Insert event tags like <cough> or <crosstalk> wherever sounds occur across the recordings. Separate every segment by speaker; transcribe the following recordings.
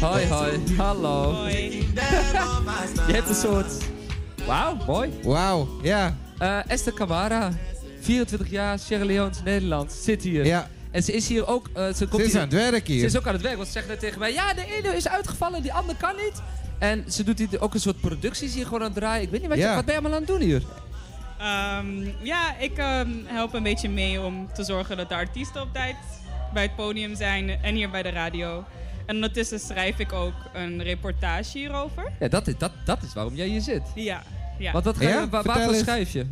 Speaker 1: Hoi, hoi. Hallo. Jetzt ist es. Wow, mooi.
Speaker 2: Wauw, ja.
Speaker 1: Eh, Esther Camara, 24 jaar, Sierra Leone, Nederland, zit hier.
Speaker 2: ja.
Speaker 1: En ze is hier ook... eh, ze, komt
Speaker 2: Ze is
Speaker 1: hier-
Speaker 2: aan het werk
Speaker 1: ze
Speaker 2: hier.
Speaker 1: is ook aan het werk, want ze zegt net tegen mij... Ja, de ene is uitgevallen, die ander kan niet. En ze doet hier ook een soort producties hier gewoon aan het draaien. Ik weet niet, wat,
Speaker 2: Ja.
Speaker 1: je, wat ben je allemaal aan het doen hier?
Speaker 3: Ehm, ja, ik ehm, help een beetje mee om te zorgen dat de artiesten op tijd bij het podium zijn en hier bij de radio. En ondertussen schrijf ik ook een reportage hierover.
Speaker 1: Ja, dat is, dat, dat is waarom jij hier zit.
Speaker 3: Ja, ja.
Speaker 1: Want dat ga je,
Speaker 2: Ja?
Speaker 1: wa-
Speaker 2: Vertel
Speaker 1: waarvoor
Speaker 2: eens.
Speaker 1: schrijf je?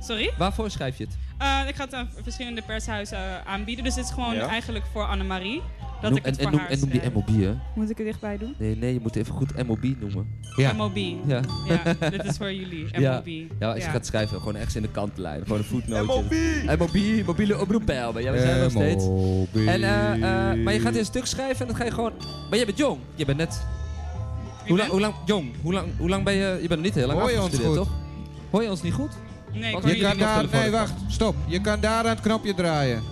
Speaker 3: Sorry?
Speaker 1: Waarvoor schrijf je het?
Speaker 3: Eh, ik ga het aan verschillende pershuizen aanbieden. Dus het is gewoon
Speaker 4: Ja.
Speaker 3: eigenlijk voor Annemarie dat
Speaker 1: Noem-
Speaker 3: ik het
Speaker 1: en, en,
Speaker 3: voor
Speaker 1: noem,
Speaker 3: haar
Speaker 1: en noem die
Speaker 3: schrijf.
Speaker 1: MOB, hè?
Speaker 3: Moet ik het dichtbij doen?
Speaker 1: Nee, nee, je moet even goed MOB noemen.
Speaker 2: Ja.
Speaker 3: MOB. Ja.
Speaker 1: Ja.
Speaker 3: dit is voor jullie.
Speaker 1: <laughs> Ja.
Speaker 3: MOB.
Speaker 1: Ja, als je
Speaker 3: Ja.
Speaker 1: gaat schrijven, gewoon echt in de kantlijn. Gewoon een
Speaker 4: MOB!
Speaker 1: voetnootje. MOB, mobiele oproep bij Elbe. Ja, we zijn er nog steeds. En, eh, eh, maar je gaat in een stuk schrijven en dan ga je gewoon... Maar jij bent jong. Je bent net... Hoe
Speaker 3: Wie ben-
Speaker 1: lang, hoe lang, jong, hoe lang, hoe lang ben je... Je bent nog niet heel lang
Speaker 2: Hoor je ons
Speaker 1: afgestudeerd,
Speaker 2: goed?
Speaker 1: toch? Hoor je ons niet goed?
Speaker 3: Nee, ik
Speaker 1: Je
Speaker 3: hoor
Speaker 2: Je
Speaker 3: jullie
Speaker 2: kan
Speaker 3: niet.
Speaker 2: daar,
Speaker 1: telefoon
Speaker 2: nee,
Speaker 1: pakken.
Speaker 2: wacht, stop. Je kan daar aan het knopje draaien.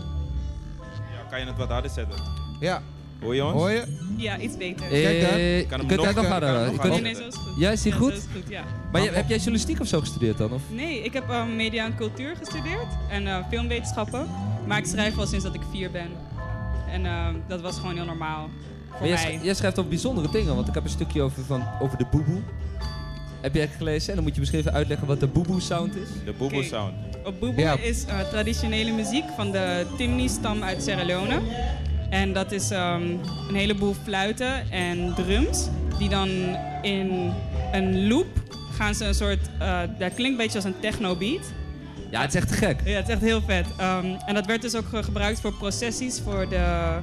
Speaker 4: Ja, kan je het wat harder zetten?
Speaker 2: Ja,
Speaker 4: Hoor je ons?
Speaker 2: hoor je?
Speaker 3: Ja, iets beter.
Speaker 2: Kijk daar.
Speaker 1: Eh,
Speaker 4: Ik kan hem
Speaker 1: kunt jij
Speaker 4: nog-
Speaker 1: nog
Speaker 4: ik kan
Speaker 1: harder? eh,
Speaker 4: hem nog
Speaker 1: Je
Speaker 4: harder.
Speaker 3: Nee,
Speaker 1: kunt-
Speaker 3: nee, zo is goed.
Speaker 1: Ja, is die
Speaker 3: Ja,
Speaker 1: goed?
Speaker 3: Zo is goed, ja.
Speaker 1: Maar je- heb jij journalistiek of zo gestudeerd dan? Of?
Speaker 3: Nee, ik heb eh, media en cultuur gestudeerd en eh, filmwetenschappen. Maar ik schrijf al sinds dat ik vier ben. En eh, dat was gewoon heel normaal voor
Speaker 1: Maar jij,
Speaker 3: mij.
Speaker 1: sch- jij schrijft over bijzondere dingen, want ik heb een stukje over, van, over de boeboe. Heb jij gelezen? En dan moet je misschien even uitleggen wat de boeboe sound is.
Speaker 4: De boeboe
Speaker 3: Oké.
Speaker 4: sound.
Speaker 3: Op Boeboe
Speaker 2: Ja.
Speaker 3: is eh, traditionele muziek van de Timni-stam uit Sierra Leone. En dat is ehm, een heleboel fluiten en drums. Die dan in een loop gaan ze een soort... eh, dat klinkt een beetje als een techno-beat.
Speaker 1: Ja, het is echt te gek.
Speaker 3: Ja, het is echt heel vet. Ehm, en dat werd dus ook ge- gebruikt voor processies voor de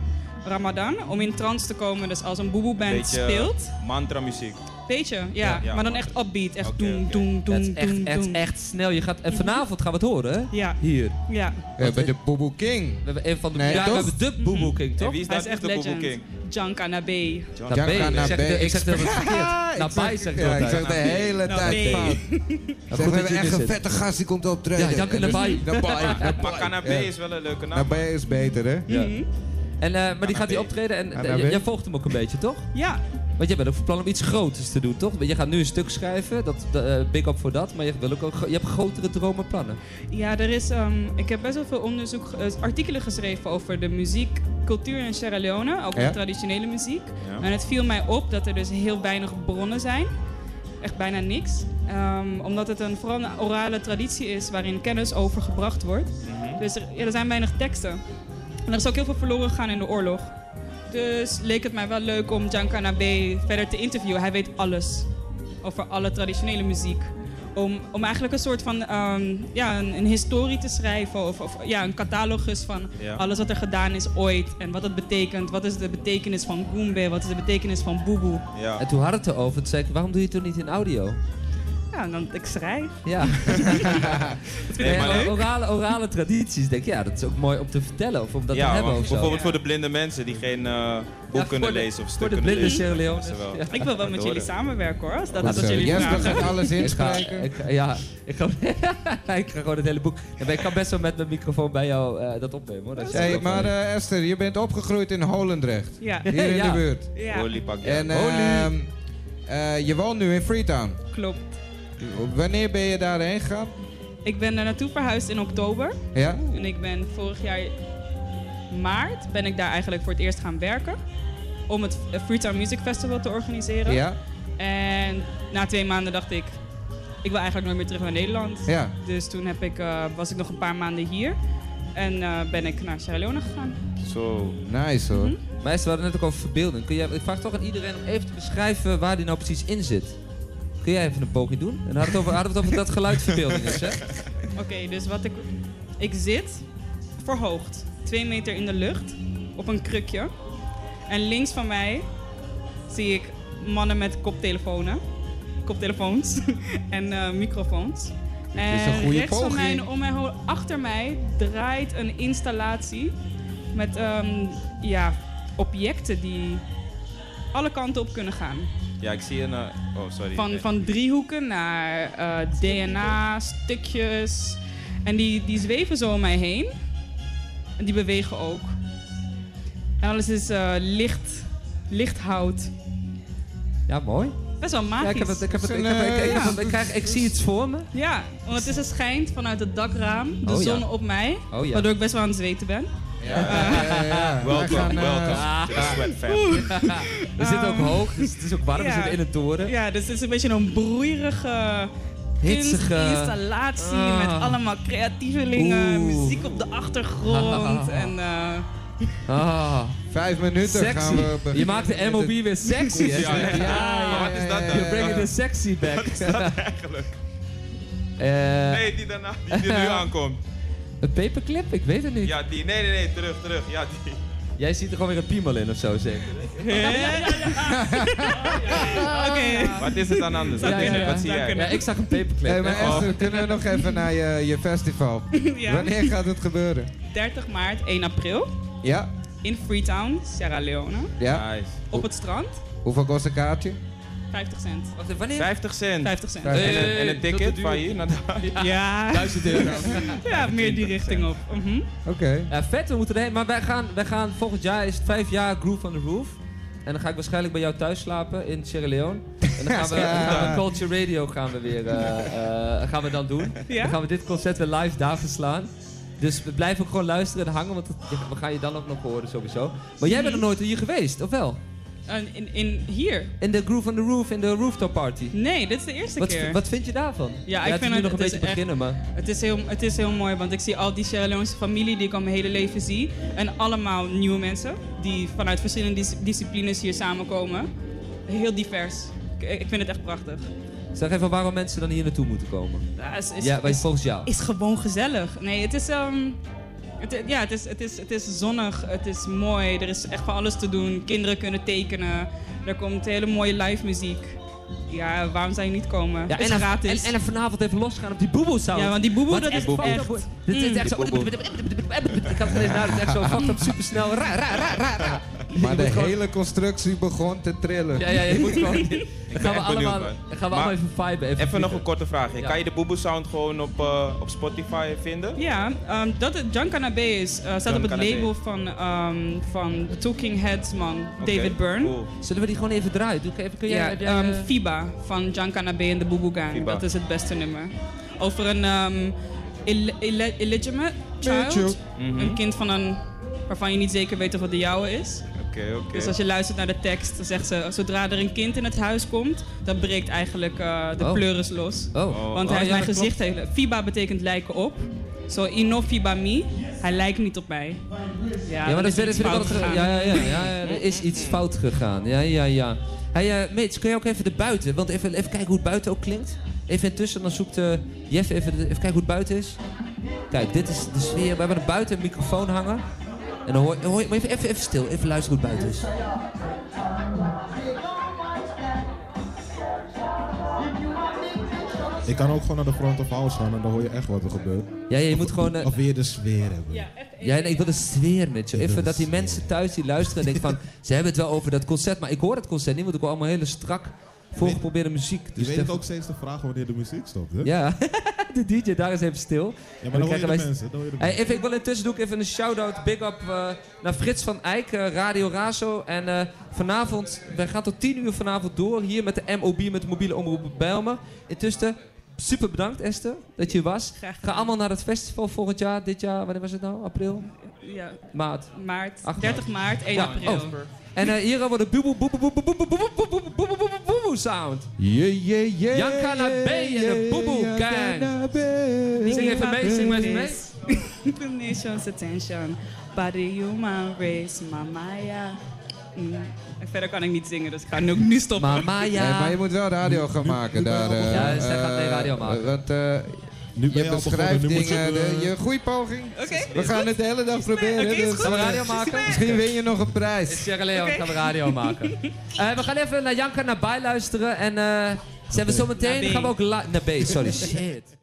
Speaker 3: Ramadan. Om in trance te komen. Dus als een boeboe-band speelt.
Speaker 4: mantra muziek.
Speaker 3: Beetje, ja.
Speaker 4: Ja, ja,
Speaker 3: maar dan
Speaker 4: man.
Speaker 3: echt upbeat. Echt
Speaker 4: Oké,
Speaker 3: doen,
Speaker 4: oké.
Speaker 3: doen,
Speaker 1: Ja,
Speaker 3: doen,
Speaker 1: het is echt,
Speaker 3: doen,
Speaker 1: echt,
Speaker 3: doen.
Speaker 1: echt snel. Je gaat, en vanavond gaan we het horen, hè?
Speaker 3: Ja,
Speaker 1: Hier.
Speaker 3: ja.
Speaker 2: We hebben Eh, de Boeboe King.
Speaker 1: We hebben een van de,
Speaker 2: Nee,
Speaker 1: ja, we
Speaker 2: toch?
Speaker 1: hebben de boeboe king,
Speaker 4: En
Speaker 1: toch?
Speaker 4: wie is
Speaker 3: Hij is
Speaker 4: daar niet
Speaker 3: echt
Speaker 4: de boeboe
Speaker 3: legend.
Speaker 4: king?
Speaker 3: Jan Kanabe.
Speaker 4: John-
Speaker 1: Naar B.
Speaker 2: Janka
Speaker 1: Ik
Speaker 2: naar
Speaker 1: zeg
Speaker 2: B.
Speaker 1: het- ik zeg het
Speaker 2: Ik
Speaker 1: helemaal verkeerd. Naar
Speaker 2: zeg-
Speaker 1: bij zeg ik
Speaker 2: ja, ik
Speaker 1: altijd.
Speaker 2: zeg de hele
Speaker 3: Nou,
Speaker 2: tijd
Speaker 3: nee.
Speaker 2: fout.
Speaker 1: Maar
Speaker 2: Zeg,
Speaker 1: goed
Speaker 2: we
Speaker 1: dat je
Speaker 2: hebben
Speaker 1: er
Speaker 2: echt een
Speaker 1: zit.
Speaker 2: vette gast die komt optreden.
Speaker 1: Ja, Janka
Speaker 2: En dus-
Speaker 1: Nabai.
Speaker 2: Nabai.
Speaker 4: Maar Canabé
Speaker 2: Ja.
Speaker 4: is wel een leuke naam.
Speaker 2: Nabai is beter, hè?
Speaker 1: Ja. En, eh, maar die gaat hier
Speaker 4: B.
Speaker 1: optreden en
Speaker 2: Anna
Speaker 1: eh,
Speaker 2: B.
Speaker 1: jij- jij volgt hem ook een beetje, toch?
Speaker 3: Ja,
Speaker 1: Want jij bent ook van plan om iets groters te doen, toch? Je gaat nu een stuk schrijven, dat, eh, big up voor dat, maar je, wil ook, ook gro- je hebt grotere dromen en plannen.
Speaker 3: ja er is, ehm, ik heb best wel veel onderzoek, eh, artikelen geschreven over de muziek, cultuur in Sierra Leone, ook
Speaker 2: Ja.
Speaker 3: de traditionele muziek.
Speaker 4: Ja.
Speaker 3: En het viel mij op dat er dus heel weinig bronnen zijn, echt bijna niks. Ehm, omdat het een, vooral een orale traditie is waarin kennis overgebracht wordt.
Speaker 4: Mhm.
Speaker 1: Mhm.
Speaker 3: Dus er, ja, er zijn weinig teksten. En er is ook heel veel verloren gegaan in de oorlog. Dus leek het mij wel leuk om Giancarlo B. verder te interviewen. Hij weet alles over alle traditionele muziek. Om, om eigenlijk een soort van ehm, ja, een, een historie te schrijven. Of, of ja, een catalogus van
Speaker 4: Ja.
Speaker 3: alles wat er gedaan is ooit. En wat het betekent. Wat is de betekenis van Goombe? Wat is de betekenis van Boeboe?
Speaker 4: Ja.
Speaker 1: En toen had het erover, toen zei ik, waarom doe je het toen niet in audio?
Speaker 3: Ja, en dan ik schrijf.
Speaker 4: <laughs>
Speaker 1: Ja, <laughs>
Speaker 3: Dat vind
Speaker 4: Nee,
Speaker 3: ik
Speaker 4: maar
Speaker 3: wel
Speaker 4: leuk.
Speaker 3: leuk.
Speaker 1: orale, orale tradities, denk ik, ja, dat is ook mooi om te vertellen of om dat
Speaker 4: ja,
Speaker 1: te hebben
Speaker 4: want
Speaker 1: of zo.
Speaker 4: bijvoorbeeld voor de blinde mensen die geen eh, boek
Speaker 1: Ja,
Speaker 4: kunnen
Speaker 1: voor de-
Speaker 4: lezen of
Speaker 1: voor de
Speaker 4: stukken
Speaker 1: blinde
Speaker 4: lezen.
Speaker 1: Sierra
Speaker 4: Dat is wel-
Speaker 1: Leone.
Speaker 3: Ik wil wel met jullie samenwerken hoor. Als dat is wat
Speaker 2: Zo,
Speaker 3: jullie
Speaker 2: Jesper
Speaker 3: vragen.
Speaker 2: gaat alles
Speaker 1: Ik ga,
Speaker 2: inspreken.
Speaker 1: ik, ga- ja, ik ga, ik ga <laughs> gewoon het hele boek. Ja, maar ik kan best wel met mijn microfoon bij jou eh, dat opnemen hoor. Dat is
Speaker 2: Hey,
Speaker 1: ook wel
Speaker 2: maar
Speaker 1: fijn.
Speaker 2: eh, Esther, je bent opgegroeid in Holendrecht.
Speaker 3: Ja,
Speaker 2: Hier in
Speaker 1: Ja.
Speaker 2: de buurt.
Speaker 3: ja,
Speaker 4: Holy pak, ja.
Speaker 2: En ehm, eh, je woont nu in Freetown.
Speaker 3: klopt.
Speaker 2: Wanneer ben je daarheen gegaan?
Speaker 3: Ik ben daar naartoe verhuisd in oktober.
Speaker 2: Ja?
Speaker 3: En ik ben vorig jaar maart ben ik daar eigenlijk voor het eerst gaan werken. Om het eh, Freetown Music Festival te organiseren.
Speaker 2: Ja?
Speaker 3: En na twee maanden dacht ik, ik wil eigenlijk nooit meer terug naar Nederland.
Speaker 2: Ja.
Speaker 3: Dus toen heb ik, eh, was ik nog een paar maanden hier. En eh, ben ik naar Sierra Leone gegaan.
Speaker 4: Zo.
Speaker 2: Nice hoor.
Speaker 1: Maar Esther, we hadden het net ook over verbeelding. Kun jij, ik vraag toch aan iedereen om even te beschrijven waar die nou precies in zit. Kun jij even een poging doen? En dan hadden we het over, hadden we het over dat geluidverbeelding is, hè?
Speaker 3: Oké, dus wat ik... Ik zit verhoogd, twee meter in de lucht, op een krukje. En links van mij zie ik mannen met koptelefonen. Koptelefoons <laughs> en eh, microfoons. En
Speaker 2: is een goede
Speaker 3: rechts van mij, en
Speaker 2: poging.
Speaker 3: om mij, ho- achter mij draait een installatie met ehm, ja, objecten die alle kanten op kunnen gaan.
Speaker 4: Ja, ik zie een... eh, oh, sorry.
Speaker 3: Van,
Speaker 4: Nee.
Speaker 3: van driehoeken naar eh, DNA-stukjes. En die, die zweven zo om mij heen. En die bewegen ook. En alles is eh, licht, lichthout.
Speaker 1: Ja, mooi.
Speaker 3: Best wel magisch.
Speaker 1: Ja,
Speaker 3: Ja,
Speaker 1: ik, heb het, ik, heb het,
Speaker 2: Zo'n,
Speaker 1: ik, heb- ik- ik- ik-
Speaker 3: eh,
Speaker 1: ik- ik krijg, ik zie het voor me.
Speaker 3: want het is een schijnt vanuit het dakraam, de
Speaker 1: Oh, ja.
Speaker 3: zon op mij,
Speaker 1: Oh ja.
Speaker 3: waardoor ik best wel aan het zweten ben.
Speaker 2: Ja, ja, ja,
Speaker 1: <laughs>
Speaker 2: ja. Wij
Speaker 4: Welkom,
Speaker 2: gaan, eh,
Speaker 1: ah.
Speaker 4: welkom. to the Sweat Family.
Speaker 1: We zitten ook hoog, dus het is ook warm. We
Speaker 3: ja.
Speaker 1: zitten in een toren.
Speaker 3: Ja, dus het is een beetje een broeierige
Speaker 1: Hitsige.
Speaker 3: kunstinstallatie
Speaker 1: Ah.
Speaker 3: met allemaal creatievelingen,
Speaker 1: Oeh.
Speaker 3: muziek op de
Speaker 1: <laughs>
Speaker 3: achtergrond en eh,
Speaker 1: Ah,
Speaker 2: eh, Vijf minuten gaan
Speaker 1: sexy.
Speaker 2: we beginnen.
Speaker 1: Je maakt de
Speaker 2: met
Speaker 1: MOB
Speaker 2: het-
Speaker 1: weer sexy. hè?
Speaker 4: Ja, ja.
Speaker 2: ja,
Speaker 4: Maar wat is dat
Speaker 2: ja,
Speaker 4: dan?
Speaker 1: You bring it the sexy back.
Speaker 4: Eigenlijk.
Speaker 1: Eh,
Speaker 4: Nee, die daarna, die, die nu aankomt.
Speaker 1: Een paperclip? Ik weet het niet.
Speaker 4: Ja, die. Nee, nee, nee, terug, terug. Ja, die.
Speaker 1: Jij ziet er gewoon weer een piemel in of zo, zeker?
Speaker 3: oké.
Speaker 4: Wat is het dan anders? Wat
Speaker 1: Ja,
Speaker 4: is
Speaker 1: ja,
Speaker 4: het?
Speaker 1: ja.
Speaker 4: Wat zie jij?
Speaker 1: Ja, ik zag een paperclip.
Speaker 2: Hey, maar
Speaker 1: Echt?
Speaker 2: Esther, kunnen we nog even naar je, je festival?
Speaker 3: Ja.
Speaker 2: Wanneer gaat het gebeuren?
Speaker 3: 30 maart, 1 april
Speaker 2: Ja?
Speaker 3: in Freetown, Sierra Leone,
Speaker 2: Ja?
Speaker 4: Nice.
Speaker 3: op het strand.
Speaker 2: Hoeveel kost een kaartje?
Speaker 3: 50 cent.
Speaker 1: Wacht even, wanneer?
Speaker 4: 50 cent.
Speaker 3: 50 cent. Eh,
Speaker 2: Vijf-
Speaker 4: En, een, en een
Speaker 1: Hey, dat
Speaker 4: ticket
Speaker 1: te
Speaker 4: van Nou,
Speaker 1: duur.
Speaker 4: hier naar
Speaker 3: <laughs>
Speaker 4: daar.
Speaker 3: Ja,
Speaker 1: 1000 euro.
Speaker 3: ja meer die richting op. Mhm.
Speaker 2: Oké.
Speaker 1: Ja, vet, we moeten erheen. Maar wij gaan, wij gaan volgend jaar, is het vijf jaar Groove on the Roof. En dan ga ik waarschijnlijk bij jou thuis slapen in Sierra Leone. En dan gaan we,
Speaker 2: Ja.
Speaker 1: dan gaan we Culture Radio gaan we weer eh, eh, gaan we dan doen. Dan
Speaker 3: Ja?
Speaker 1: gaan we dit concert weer live daar verslaan. Dus we blijven ook gewoon luisteren en hangen, want het- we gaan je dan ook nog horen sowieso. Maar jij bent nog nooit hier geweest, of wel?
Speaker 3: En In, in hier?
Speaker 1: In de Groove on the Roof, in de rooftop party.
Speaker 3: Nee, dit is de eerste
Speaker 1: Wat,
Speaker 3: keer.
Speaker 1: wat vind je daarvan?
Speaker 3: Ja, ik
Speaker 1: het is
Speaker 3: vind
Speaker 1: nu
Speaker 3: het-
Speaker 1: nog een
Speaker 3: het is
Speaker 1: beetje
Speaker 3: echt-
Speaker 1: beginnen, maar...
Speaker 3: Het is, heel, het is heel mooi, want ik zie al die Sierra Leonese familie die ik al mijn hele leven zie. En allemaal nieuwe mensen die vanuit verschillende dis- disciplines hier samenkomen. Heel divers. Ik, ik vind het echt prachtig.
Speaker 1: Zeg even waarom mensen dan hier naartoe moeten komen.
Speaker 3: Ja, is, is,
Speaker 1: ja, wij
Speaker 3: is,
Speaker 1: volgens jou.
Speaker 3: is gewoon gezellig. Nee, het is... ehm, het, ja, het is, het, is, het is zonnig, het is mooi, er is echt van alles te doen. Kinderen kunnen tekenen, er komt hele mooie live muziek. Ja, waarom zou je niet komen?
Speaker 1: Ja,
Speaker 3: het is
Speaker 1: en, dan- en,
Speaker 3: gratis.
Speaker 1: en dan vanavond even losgaan op die boeboe sound.
Speaker 3: ja, want die boeboe,
Speaker 1: Wat
Speaker 3: dat is
Speaker 1: echt fucked
Speaker 3: echt... Mm.
Speaker 1: up. Dit is echt zo.
Speaker 4: Die boeboe.
Speaker 1: Ik had het nou, dat is echt zo fucked up supersnel. Ra, ra, ra, ra, ra.
Speaker 2: Maar de
Speaker 1: moet gewoon-
Speaker 2: hele constructie begon te trillen.
Speaker 1: Ja, ja, je moet gewoon. Dan gaan we
Speaker 4: echt benieuwd,
Speaker 1: allemaal,
Speaker 4: man.
Speaker 1: dan gaan we allemaal
Speaker 4: Maar-
Speaker 1: even viben. Even,
Speaker 4: Even nog een
Speaker 1: vliegen.
Speaker 4: korte vraag.
Speaker 1: Ja.
Speaker 4: Kan je de Boeboe Sound gewoon op, eh, op Spotify vinden?
Speaker 3: Ja, ehm, dat het John Cannabé is, eh, staat
Speaker 4: John
Speaker 3: op het
Speaker 4: Cannabé.
Speaker 3: label van, ehm, van de Talking Heads man,
Speaker 4: Oké,
Speaker 3: David Byrne.
Speaker 4: cool.
Speaker 1: Zullen we die gewoon even draaien? Doe ik even, kun jij,
Speaker 3: Ja,
Speaker 1: heb jij,
Speaker 3: ehm,
Speaker 1: eh,
Speaker 3: FIBA van John Cannabé en de Boo Boo Gang.
Speaker 4: FIBA.
Speaker 3: Dat is het beste nummer. Over een ehm, ille- ille- illegitimate
Speaker 2: Child.
Speaker 3: child.
Speaker 4: Mhm.
Speaker 3: Een kind van een, waarvan je niet zeker weet of het de jouwe is.
Speaker 4: Oké, oké.
Speaker 3: Dus als je luistert naar de tekst, dan zegt ze... zodra er een kind in het huis komt, dan breekt eigenlijk eh, de
Speaker 1: Oh.
Speaker 3: pleuris los.
Speaker 1: Oh.
Speaker 3: Want
Speaker 1: Oh,
Speaker 3: hij heeft
Speaker 1: ja,
Speaker 3: mijn
Speaker 1: dat
Speaker 3: gezicht... Hele, fiba betekent lijken op. Zo, ino fiba mi. Hij lijkt niet op mij. Ja,
Speaker 1: Ja, maar
Speaker 3: dan
Speaker 1: dat
Speaker 3: is er
Speaker 1: vind
Speaker 3: iets
Speaker 1: vind ik
Speaker 3: fout
Speaker 1: altijd. Ja,
Speaker 3: gegaan.
Speaker 1: ja, ja, ja, ja, er is iets fout gegaan. Ja, ja, ja. Hey, eh mates, kun je ook even de buiten? Want even, even kijken hoe het buiten ook klinkt. Even intussen, dan zoekt eh, Jeff even, de- even kijken hoe het buiten is. Kijk, dit is de sfeer. We hebben er buiten een microfoon hangen. En dan hoor, hoor je. Maar even, even, even stil, even luisteren hoe het buiten is.
Speaker 5: Ik kan ook gewoon naar de front of house gaan en dan hoor je echt wat er gebeurt.
Speaker 1: Ja, je moet gewoon. eh,
Speaker 5: Of weer de sfeer hebben.
Speaker 3: Ja, echt
Speaker 1: ja, nee, ik wil de sfeer met je.
Speaker 5: Ik wil
Speaker 1: Even
Speaker 5: de
Speaker 1: dat die
Speaker 5: sfeer.
Speaker 1: mensen thuis die luisteren en denken
Speaker 5: <laughs>
Speaker 1: van. ze hebben het wel over dat concert, maar ik hoor het concert niet, want ik hoor allemaal hele strak voorgeprobeerde muziek.
Speaker 5: Je
Speaker 1: Dus
Speaker 5: weet
Speaker 1: dat-
Speaker 5: het ook steeds te vragen wanneer de muziek stopt, hè?
Speaker 1: Ja, <laughs> de DJ daar is even stil.
Speaker 5: Ja, maar dan hoor je
Speaker 1: krijgen
Speaker 5: de
Speaker 1: wij-
Speaker 5: mensen. Dan hoor je de
Speaker 1: Hey, even, ik wil intussen doe ik even een shout-out, big up eh, naar Frits van Eyck, eh, Radio Razo. En eh, vanavond, wij gaan tot 10 uur vanavond door hier met de MOB, met de mobiele omroep Bijlmer. Intussen, super bedankt Esther dat je hier was.
Speaker 3: Graag
Speaker 1: Ga allemaal naar het festival volgend jaar, dit jaar, wanneer was het nou? April?
Speaker 3: Ja,
Speaker 1: Maart.
Speaker 3: maart.
Speaker 1: Acht
Speaker 3: 30 maart, 1
Speaker 1: Ja,
Speaker 3: april.
Speaker 1: oh. En eh, hier wordt de boeboe boeboe boeboe boeboe boeboe boeboe boeboe boeboe boeboe sound.
Speaker 2: Je, je, je.
Speaker 1: Jan Cannabé en de Boeboe
Speaker 2: Jan
Speaker 1: Gang.
Speaker 2: Cannabé.
Speaker 1: Zing even mee, zing maar even mee.
Speaker 3: The nation's attention. Body human race, mamaya. Mm. En Verder kan ik niet zingen, dus ik ga nu ook nu stoppen.
Speaker 1: Mama
Speaker 2: Hey, maar je
Speaker 1: ja.
Speaker 2: moet wel radio gaan maken daar. eh,
Speaker 1: Ja, zij gaat geen radio
Speaker 2: eh,
Speaker 1: maken.
Speaker 2: Want eh,
Speaker 5: Nu ben
Speaker 2: je
Speaker 5: je al
Speaker 2: beschrijft
Speaker 5: begonnen, nu moet je... eh,
Speaker 2: dingen.
Speaker 5: de-
Speaker 2: de- Je goeie poging.
Speaker 3: Oké.
Speaker 2: We gaan het de hele dag proberen.
Speaker 3: oké, is
Speaker 2: dus,
Speaker 3: goed.
Speaker 1: Gaan we
Speaker 2: eh,
Speaker 1: radio maken?
Speaker 2: Misschien win je nog een
Speaker 1: In
Speaker 2: prijs.
Speaker 1: Sierra Leone gaan we radio maken.
Speaker 3: <laughs>
Speaker 1: Eh, we gaan even naar Janka naar bij luisteren en eh, zijn we zo meteen
Speaker 3: Naar B. <laughs>
Speaker 1: gaan we ook li- naar B, sorry. Shit.